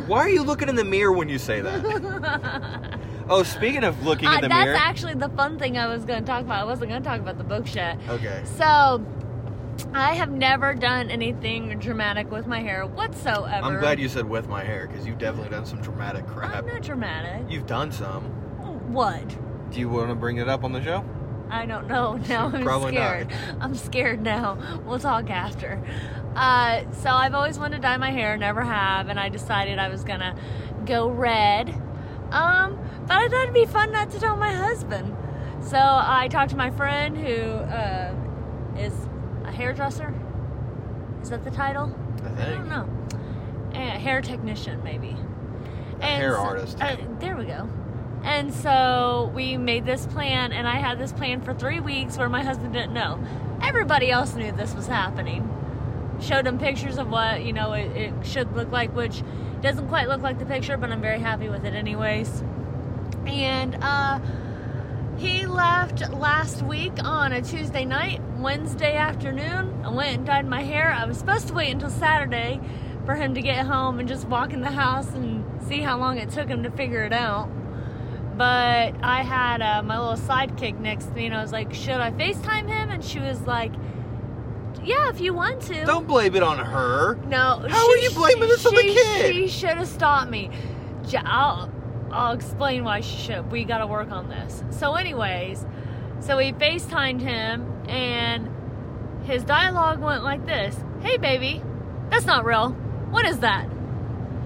[SPEAKER 1] Why are you looking in the mirror when you say that? Oh, speaking of looking in
[SPEAKER 2] Uh,
[SPEAKER 1] the
[SPEAKER 2] that's
[SPEAKER 1] mirror.
[SPEAKER 2] actually the fun thing I was going to talk about. I wasn't going to talk about the book shit.
[SPEAKER 1] okay.
[SPEAKER 2] So, I have never done anything dramatic with my hair whatsoever.
[SPEAKER 1] I'm glad you said with my hair because you've definitely done some dramatic crap.
[SPEAKER 2] I'm not dramatic.
[SPEAKER 1] You've done some.
[SPEAKER 2] What?
[SPEAKER 1] Do you want to bring it up on the show?
[SPEAKER 2] I don't know. Now I'm
[SPEAKER 1] Probably not.
[SPEAKER 2] scared. I'm scared now. We'll talk after. Uh, so I've always wanted to dye my hair, never have, and I decided I was gonna go red. Um, but I thought it'd be fun not to tell my husband. So I talked to my friend who uh, is a hairdresser. Is that the title?
[SPEAKER 1] I think.
[SPEAKER 2] I don't know. Eh, A hair technician, maybe.
[SPEAKER 1] A hair artist.
[SPEAKER 2] uh, there we go. And so we made this plan, and I had this plan for three weeks where my husband didn't know. Everybody else knew this was happening. Showed him pictures of what, you know, it, it should look like, which doesn't quite look like the picture, but I'm very happy with it, anyways. And uh, he left last week on a Tuesday night, Wednesday afternoon. I went and dyed my hair. I was supposed to wait until Saturday for him to get home and just walk in the house and see how long it took him to figure it out. But I had uh, my little sidekick next to me, and I was like, "Should I FaceTime him?" And she was like, "Yeah, if you want to."
[SPEAKER 1] Don't blame it on her.
[SPEAKER 2] No.
[SPEAKER 1] How are you blaming this on the
[SPEAKER 2] she-
[SPEAKER 1] kid?
[SPEAKER 2] She should have stopped me. J- I'll, I'll explain why she should. We got to work on this. So, anyways, so we FaceTimed him, and his dialogue went like this Hey, baby, that's not real. What is that?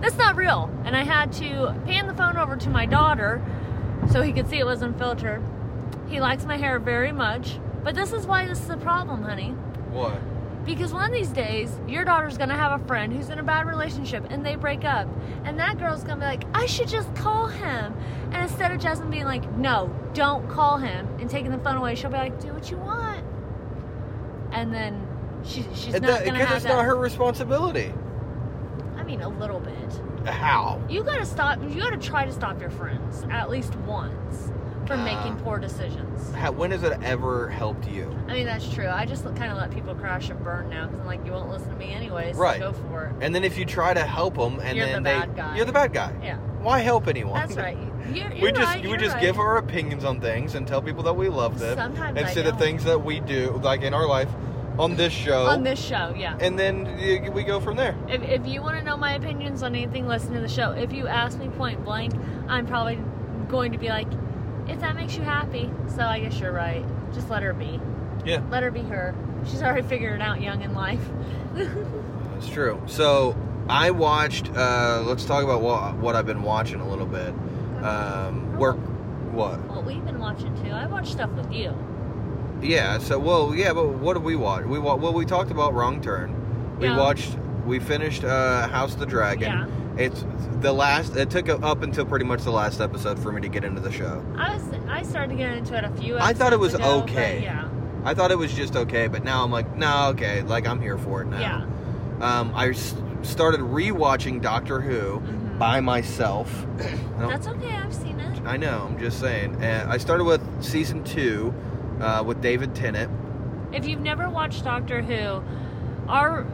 [SPEAKER 2] That's not real. And I had to pan the phone over to my daughter so he could see it wasn't filtered. He likes my hair very much. But this is why this is a problem, honey.
[SPEAKER 1] What?
[SPEAKER 2] Because one of these days, your daughter's gonna have a friend who's in a bad relationship and they break up. And that girl's gonna be like, I should just call him. And instead of Jasmine being like, no, don't call him and taking the phone away, she'll be like, do what you want. And then she, she's
[SPEAKER 1] Because
[SPEAKER 2] not gonna have
[SPEAKER 1] it's
[SPEAKER 2] that.
[SPEAKER 1] not her responsibility.
[SPEAKER 2] I mean, a little bit.
[SPEAKER 1] How?
[SPEAKER 2] You gotta stop, you gotta try to stop your friends at least once from
[SPEAKER 1] Uh.
[SPEAKER 2] making poor decisions.
[SPEAKER 1] How? When has it ever helped you?
[SPEAKER 2] I mean, that's true. I just kind of let people crash and burn now because I'm like, you won't listen to me anyways,
[SPEAKER 1] Right.
[SPEAKER 2] so go for it.
[SPEAKER 1] And then if you try to help them, and
[SPEAKER 2] You're
[SPEAKER 1] then
[SPEAKER 2] the
[SPEAKER 1] they,
[SPEAKER 2] bad guy.
[SPEAKER 1] you're the bad guy.
[SPEAKER 2] Yeah.
[SPEAKER 1] Why help anyone?
[SPEAKER 2] That's right. You're,
[SPEAKER 1] We
[SPEAKER 2] you're
[SPEAKER 1] just
[SPEAKER 2] right,
[SPEAKER 1] we
[SPEAKER 2] you're
[SPEAKER 1] just
[SPEAKER 2] right.
[SPEAKER 1] give our opinions on things and tell people that we love them
[SPEAKER 2] Sometimes I
[SPEAKER 1] and say the oh.
[SPEAKER 2] don't.
[SPEAKER 1] things that we do like in our life on this show
[SPEAKER 2] on this show. Yeah.
[SPEAKER 1] and then y- we go from there.
[SPEAKER 2] If, if you want to know my opinions on anything, listen to the show. If you ask me point blank, I'm probably going to be like, if that makes you happy, so I guess you're right. Just let her be.
[SPEAKER 1] Yeah.
[SPEAKER 2] Let her be her. She's already figuring out young in life.
[SPEAKER 1] That's true. So I watched. Uh, let's talk about what, what I've been watching a little bit. Um, work. What?
[SPEAKER 2] Well, we've been watching too. I watch stuff with you.
[SPEAKER 1] Yeah. So well, yeah. But what did we watch? We wa- well, we talked about Wrong Turn. We
[SPEAKER 2] Yeah.
[SPEAKER 1] watched. We finished uh, House of the Dragon.
[SPEAKER 2] Yeah.
[SPEAKER 1] It's the last. It took up until pretty much the last episode for me to get into the show.
[SPEAKER 2] I was I started getting into it a few.
[SPEAKER 1] I thought it
[SPEAKER 2] episodes
[SPEAKER 1] was
[SPEAKER 2] ago, but
[SPEAKER 1] okay.
[SPEAKER 2] Yeah.
[SPEAKER 1] I thought it was just okay, but now I'm like, nah, okay. Like I'm here for it now.
[SPEAKER 2] Yeah.
[SPEAKER 1] Um, I s- started rewatching Doctor Who
[SPEAKER 2] Mhm.
[SPEAKER 1] by myself. I don't-
[SPEAKER 2] That's okay. I've seen it.
[SPEAKER 1] I know. I'm just saying. Uh, I started with season two uh, with David Tennant.
[SPEAKER 2] If you've never watched Doctor Who, our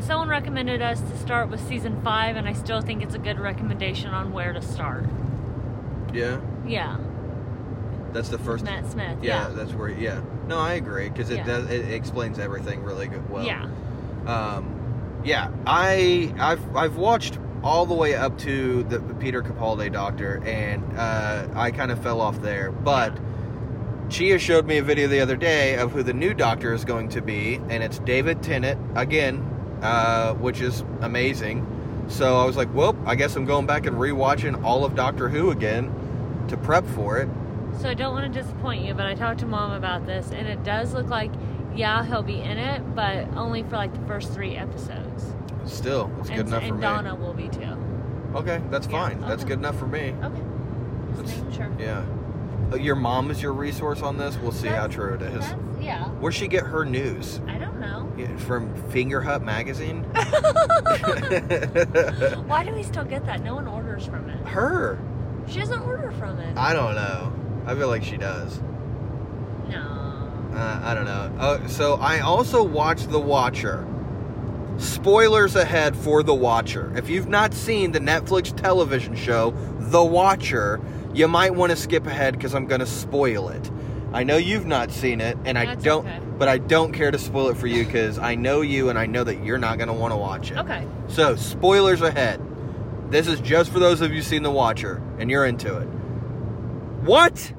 [SPEAKER 2] someone recommended us to start with season five, and I still think it's a good recommendation on where to start.
[SPEAKER 1] Yeah,
[SPEAKER 2] Yeah,
[SPEAKER 1] that's the first.
[SPEAKER 2] Matt Smith.
[SPEAKER 1] yeah,
[SPEAKER 2] Yeah,
[SPEAKER 1] that's where. Yeah. No, I agree because it
[SPEAKER 2] Yeah.
[SPEAKER 1] does. It explains everything really good. Well.
[SPEAKER 2] yeah.
[SPEAKER 1] Um, yeah. I I've I've watched all the way up to the Peter Capaldi Doctor, and uh, I kind of fell off there, but. Chia showed me a video the other day of who the new doctor is going to be, and it's David Tennant again, uh, which is amazing. So I was like, well, I guess I'm going back and rewatching all of Doctor Who again to prep for it.
[SPEAKER 2] So I don't want to disappoint you, but I talked to mom about this, and it does look like yeah he'll be in it, but only for like the first three episodes.
[SPEAKER 1] Still, it's good
[SPEAKER 2] and
[SPEAKER 1] enough for
[SPEAKER 2] and
[SPEAKER 1] me.
[SPEAKER 2] Donna will be too.
[SPEAKER 1] Okay, that's
[SPEAKER 2] Yeah, Uh-huh.
[SPEAKER 1] fine. That's
[SPEAKER 2] okay.
[SPEAKER 1] good enough for me.
[SPEAKER 2] Okay. Just
[SPEAKER 1] That's-
[SPEAKER 2] making sure.
[SPEAKER 1] Yeah. Uh, Your mom is your resource on this. We'll see how
[SPEAKER 2] That's-
[SPEAKER 1] true it is.
[SPEAKER 2] That's, yeah.
[SPEAKER 1] Where she get her news?
[SPEAKER 2] I don't know.
[SPEAKER 1] Yeah, From Finger Hut magazine?
[SPEAKER 2] Why do we still get that? No one orders from it.
[SPEAKER 1] her.
[SPEAKER 2] She doesn't order from it.
[SPEAKER 1] I don't know. I feel like she does.
[SPEAKER 2] no.
[SPEAKER 1] Uh, I don't know. Uh, so I also watched The Watcher. Spoilers ahead for The Watcher. If you've not seen the Netflix television show The Watcher, you might want to skip ahead because I'm going to spoil it. I know you've not seen it, and I
[SPEAKER 2] That's
[SPEAKER 1] don't,
[SPEAKER 2] okay.
[SPEAKER 1] but I don't care to spoil it for you because I know you, and I know that you're not going to want to watch it.
[SPEAKER 2] Okay.
[SPEAKER 1] So, spoilers ahead. This is just for those of you who've seen The Watcher and you're into it. What?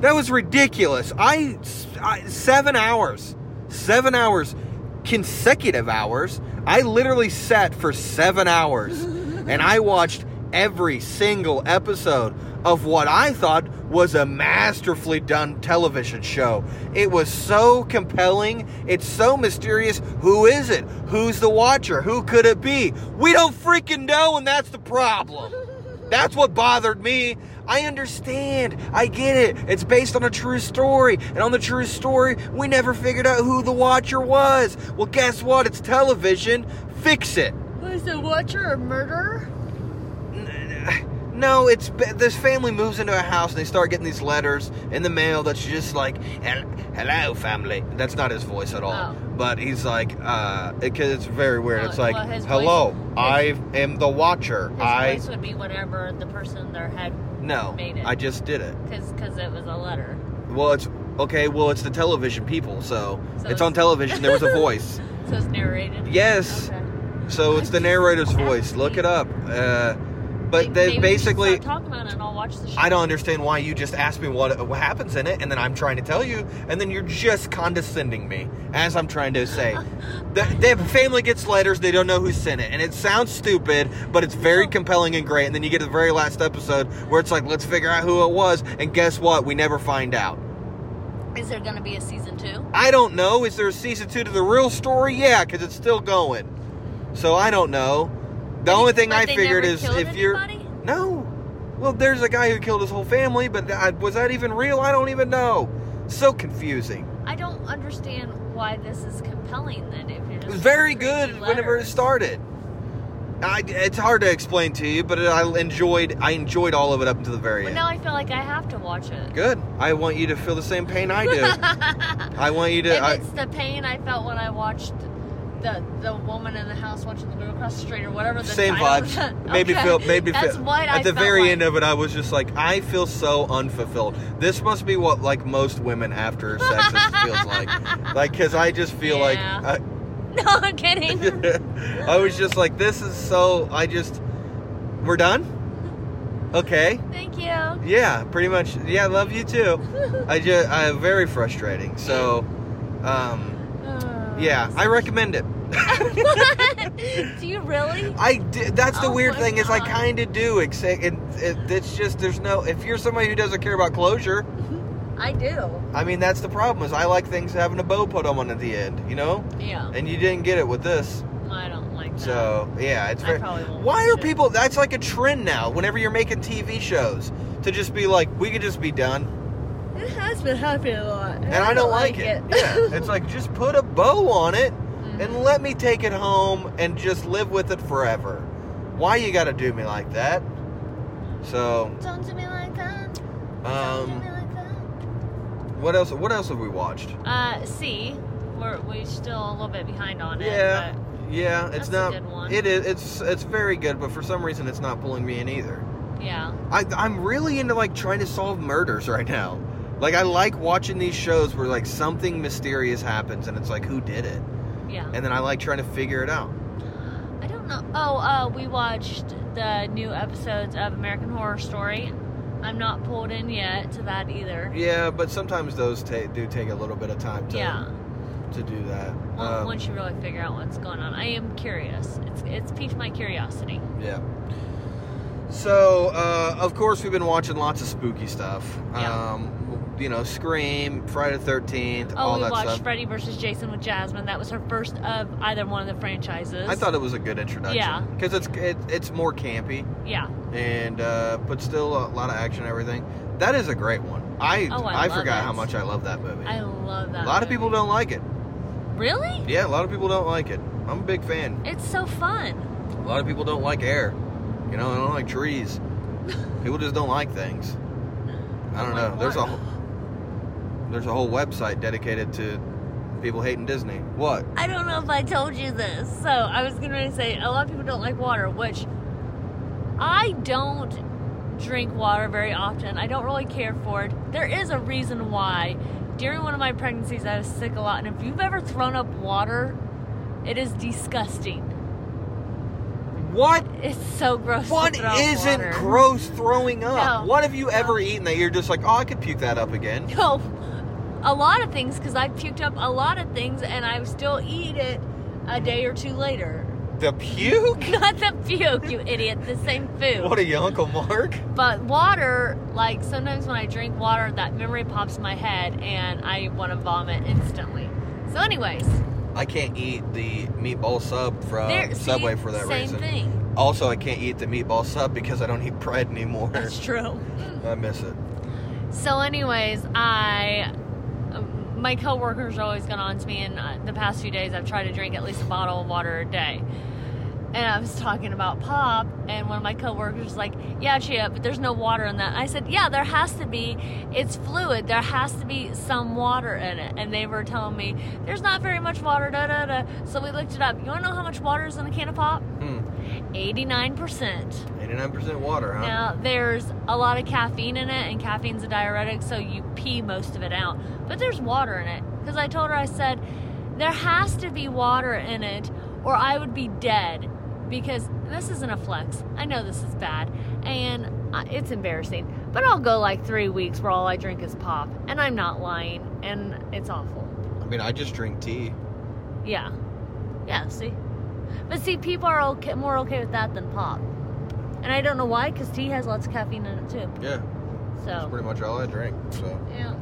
[SPEAKER 1] That was ridiculous. I, I seven hours, seven hours, consecutive hours. I literally sat for seven hours, and I watched every single episode of what I thought was a masterfully done television show. It was so compelling. It's so mysterious. Who is it? Who's the watcher? Who could it be? We don't freaking know, and that's the problem. That's what bothered me. I understand. I get it. It's based on a true story. And on the true story, we never figured out who the Watcher was. Well, guess what? It's television. Fix it.
[SPEAKER 2] Was the Watcher a murderer?
[SPEAKER 1] No, it's this family moves into a house and they start getting these letters in the mail that's just like, "Hel- "Hello, family." That's not his voice at all,
[SPEAKER 2] Oh.
[SPEAKER 1] but he's like, uh, because it's very weird.
[SPEAKER 2] No,
[SPEAKER 1] it's like,
[SPEAKER 2] well, his voice-
[SPEAKER 1] "Hello,
[SPEAKER 2] his-
[SPEAKER 1] I am the Watcher."
[SPEAKER 2] His
[SPEAKER 1] I
[SPEAKER 2] voice would be whenever the person there had,
[SPEAKER 1] no,
[SPEAKER 2] made it.
[SPEAKER 1] I just did it.
[SPEAKER 2] because it was a letter.
[SPEAKER 1] Well, it's okay. Well, it's the television people, so,
[SPEAKER 2] So
[SPEAKER 1] it's on
[SPEAKER 2] it's-
[SPEAKER 1] television. There was a voice.
[SPEAKER 2] So it's narrated.
[SPEAKER 1] Yes.
[SPEAKER 2] Okay.
[SPEAKER 1] So it's the narrator's voice. Look it up. Uh, but
[SPEAKER 2] Maybe we
[SPEAKER 1] they
[SPEAKER 2] should
[SPEAKER 1] basically,
[SPEAKER 2] stop talking about it and I'll watch the show.
[SPEAKER 1] I don't understand why you just asked me what, what happens in it, and then I'm trying to tell you, and then you're just condescending me as I'm trying to say. the, the family gets letters; they don't know who sent it, and it sounds stupid, but it's very
[SPEAKER 2] No.
[SPEAKER 1] compelling and great. And then you get to the very last episode where it's like, let's figure out who it was, and guess what? We never find out.
[SPEAKER 2] Is there going to be a season two?
[SPEAKER 1] I don't know. Is there a season two to the real story? Yeah, because it's still going. So I don't know. The only thing
[SPEAKER 2] But
[SPEAKER 1] I
[SPEAKER 2] they
[SPEAKER 1] figured
[SPEAKER 2] never
[SPEAKER 1] is
[SPEAKER 2] killed
[SPEAKER 1] if you're
[SPEAKER 2] anybody?
[SPEAKER 1] no. Well, there's a guy who killed his whole family, but I, was that even real? I don't even know. So confusing.
[SPEAKER 2] I don't understand why this is compelling then if you're
[SPEAKER 1] It
[SPEAKER 2] just
[SPEAKER 1] was very
[SPEAKER 2] creepy
[SPEAKER 1] good whenever it
[SPEAKER 2] letters.
[SPEAKER 1] started. I, it's hard to explain to you, but I enjoyed. I enjoyed all of it up until the very
[SPEAKER 2] But
[SPEAKER 1] end.
[SPEAKER 2] now I feel like I have to watch it.
[SPEAKER 1] Good. I want you to feel the same pain I do. I want you to.
[SPEAKER 2] if
[SPEAKER 1] I,
[SPEAKER 2] it's the pain I felt when I watched the the woman in the house watching the girl across the street or whatever. The
[SPEAKER 1] same
[SPEAKER 2] title-
[SPEAKER 1] vibes. Made me
[SPEAKER 2] Okay.
[SPEAKER 1] feel. Made me
[SPEAKER 2] That's
[SPEAKER 1] feel.
[SPEAKER 2] what
[SPEAKER 1] at
[SPEAKER 2] I
[SPEAKER 1] the
[SPEAKER 2] felt
[SPEAKER 1] very
[SPEAKER 2] like.
[SPEAKER 1] end of it, I was just like, I feel so unfulfilled. This must be what like most women after sex is- feels like. Like, cause I just feel
[SPEAKER 2] Yeah.
[SPEAKER 1] like
[SPEAKER 2] No, I'm kidding.
[SPEAKER 1] I, I was just like, this is so. I just. We're done. Okay.
[SPEAKER 2] Thank you.
[SPEAKER 1] Yeah. Pretty much. Yeah. Love you too. I just. I very frustrating. So. Um.
[SPEAKER 2] Uh,
[SPEAKER 1] Yeah. I recommend it.
[SPEAKER 2] Do you really?
[SPEAKER 1] I d- that's the
[SPEAKER 2] Oh
[SPEAKER 1] weird
[SPEAKER 2] my
[SPEAKER 1] thing is I
[SPEAKER 2] God.
[SPEAKER 1] kind of do except it, it, it's just there's no if you're somebody who doesn't care about closure
[SPEAKER 2] I do.
[SPEAKER 1] I mean that's the problem is I like things having a bow put on them at the end you know
[SPEAKER 2] Yeah.
[SPEAKER 1] and you didn't get it with this
[SPEAKER 2] I don't like that.
[SPEAKER 1] so yeah it's
[SPEAKER 2] I
[SPEAKER 1] very
[SPEAKER 2] probably won't
[SPEAKER 1] why are
[SPEAKER 2] watch it.
[SPEAKER 1] people that's like a trend now whenever you're making TV shows to just be like we could just be done
[SPEAKER 2] It has been happening a lot.
[SPEAKER 1] and I, don't like, it, Mm-hmm. yeah it's like just put a bow on it
[SPEAKER 2] Mm-hmm.
[SPEAKER 1] and let me take it home and just live with it forever why you gotta do me like that so
[SPEAKER 2] Don't do me like that. Don't do me
[SPEAKER 1] Um,
[SPEAKER 2] like that.
[SPEAKER 1] what else? What else have we watched?
[SPEAKER 2] Uh, C. We're we still a little bit behind on it.
[SPEAKER 1] Yeah, yeah. It's
[SPEAKER 2] That's a
[SPEAKER 1] not.
[SPEAKER 2] good one.
[SPEAKER 1] It is. It's it's very good, but for some reason, it's not pulling me in either.
[SPEAKER 2] but yeah.
[SPEAKER 1] I I'm really into like trying to solve murders right now. Like I like watching these shows where like something mysterious happens and it's like who did it,
[SPEAKER 2] Yeah.
[SPEAKER 1] and then I like trying to figure it out.
[SPEAKER 2] I don't know. Oh, uh, we watched the new episodes of American Horror Story. I'm not pulled in yet to that either.
[SPEAKER 1] Yeah, but sometimes those ta- do take a little bit of time to
[SPEAKER 2] Yeah.
[SPEAKER 1] to do that.
[SPEAKER 2] Well,
[SPEAKER 1] Um,
[SPEAKER 2] once you really figure out what's going on, I am curious. It's it's piqued my curiosity.
[SPEAKER 1] Yeah. So, uh, of course, we've been watching lots of spooky stuff.
[SPEAKER 2] Yeah.
[SPEAKER 1] Um, you know, Scream, Friday the 13th,
[SPEAKER 2] Oh,
[SPEAKER 1] all
[SPEAKER 2] we
[SPEAKER 1] that
[SPEAKER 2] watched
[SPEAKER 1] stuff.
[SPEAKER 2] Freddy versus Jason with Jasmine. That was her first of either one of the franchises.
[SPEAKER 1] I thought it was a good introduction.
[SPEAKER 2] Yeah.
[SPEAKER 1] Because it's, it, it's more campy,
[SPEAKER 2] Yeah.
[SPEAKER 1] and uh, but still a lot of action and everything. That is a great one. I,
[SPEAKER 2] Oh, I love
[SPEAKER 1] forgot
[SPEAKER 2] it.
[SPEAKER 1] how much I love that movie.
[SPEAKER 2] I love that.
[SPEAKER 1] a lot of people
[SPEAKER 2] movie.
[SPEAKER 1] don't like it.
[SPEAKER 2] Really?
[SPEAKER 1] Yeah, a lot of people don't like it. I'm a big fan.
[SPEAKER 2] It's so fun.
[SPEAKER 1] A lot of people don't like air. You know, I don't like trees. people just don't like things. I don't
[SPEAKER 2] Like
[SPEAKER 1] know. There's a
[SPEAKER 2] what?
[SPEAKER 1] whole- There's a whole website dedicated to people hating Disney. What?
[SPEAKER 2] I don't know if I told you this. So I was going to say a lot of people don't like water, which I don't drink water very often. I don't really care for it. There is a reason why. During one of my pregnancies, I was sick a lot, and if you've ever thrown up water, it is disgusting.
[SPEAKER 1] What?
[SPEAKER 2] It's so gross. to
[SPEAKER 1] What
[SPEAKER 2] throw up
[SPEAKER 1] isn't
[SPEAKER 2] water.
[SPEAKER 1] gross throwing up?
[SPEAKER 2] No.
[SPEAKER 1] What have you ever
[SPEAKER 2] No.
[SPEAKER 1] eaten that you're just like, oh, I could puke that up again?
[SPEAKER 2] No, a lot of things because I puked up a lot of things, and I still eat it a day or two later.
[SPEAKER 1] The puke?
[SPEAKER 2] Not the puke, you idiot. The same food.
[SPEAKER 1] What are you, Uncle Mark?
[SPEAKER 2] But water, like sometimes when I drink water, that memory pops in my head and I want to vomit instantly. So, anyways,
[SPEAKER 1] I can't eat the meatball sub from
[SPEAKER 2] there, see,
[SPEAKER 1] Uh, Subway for that
[SPEAKER 2] same
[SPEAKER 1] reason.
[SPEAKER 2] thing.
[SPEAKER 1] Also, I can't eat the meatball sub because I don't eat bread anymore.
[SPEAKER 2] That's true.
[SPEAKER 1] I miss it.
[SPEAKER 2] So, anyways, I um, my coworkers are always gone on to me, and uh, the past few days I've tried to drink at least a bottle of water a day. And I was talking about pop, and one of my coworkers was like, "Yeah, Chia, but there's no water in that." I said, "Yeah, there has to be. It's fluid. There has to be some water in it." And they were telling me, "There's not very much water." Da da da. So we looked it up. You want to know how much water is in a can of pop?
[SPEAKER 1] Hmm.
[SPEAKER 2] Eighty-nine percent.
[SPEAKER 1] 89% water, huh?
[SPEAKER 2] Now, there's a lot of caffeine in it, and caffeine's a diuretic, so you pee most of it out. But there's water in it. Because I told her, I said, there has to be water in it, or I would be dead. Because this isn't a flex. I know this is bad, and I- it's embarrassing. But I'll go like three weeks where all I drink is pop, and I'm not lying, and it's awful.
[SPEAKER 1] I mean, I just drink tea.
[SPEAKER 2] Yeah. Yeah, see? But see, people are okay, more okay with that than pop. And I don't know why, because tea has lots of caffeine in it too.
[SPEAKER 1] Yeah, that's
[SPEAKER 2] So,
[SPEAKER 1] pretty much all I drink. So,
[SPEAKER 2] yeah.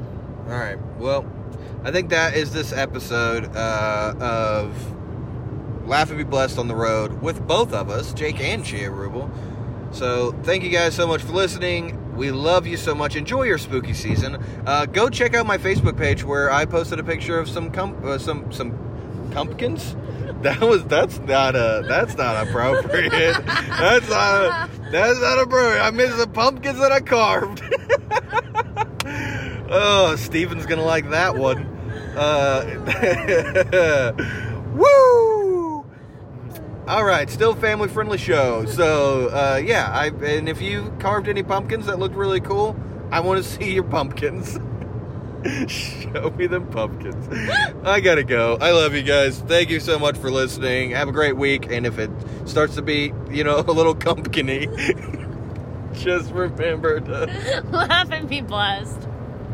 [SPEAKER 1] all right. Well, I think that is this episode uh, of Laugh and Be Blessed on the Road with both of us, Jake and Chia Rubel. So, thank you guys so much for listening. We love you so much. Enjoy your spooky season. Uh, go check out my Facebook page where I posted a picture of some cum- uh, some some pumpkins. That was that's not a that's not appropriate. that's not that's not appropriate. I missed the pumpkins that I carved. oh, Steven's gonna like that one. Uh, woo! All right, still family friendly show. So uh, yeah, I and if you carved any pumpkins that looked really cool, I want to see your pumpkins. Show me them pumpkins. I gotta go. I love you guys. Thank you so much for listening. Have a great week. And if it starts to be, you know, a little pumpkiny, just remember to.
[SPEAKER 2] Laugh and be blessed.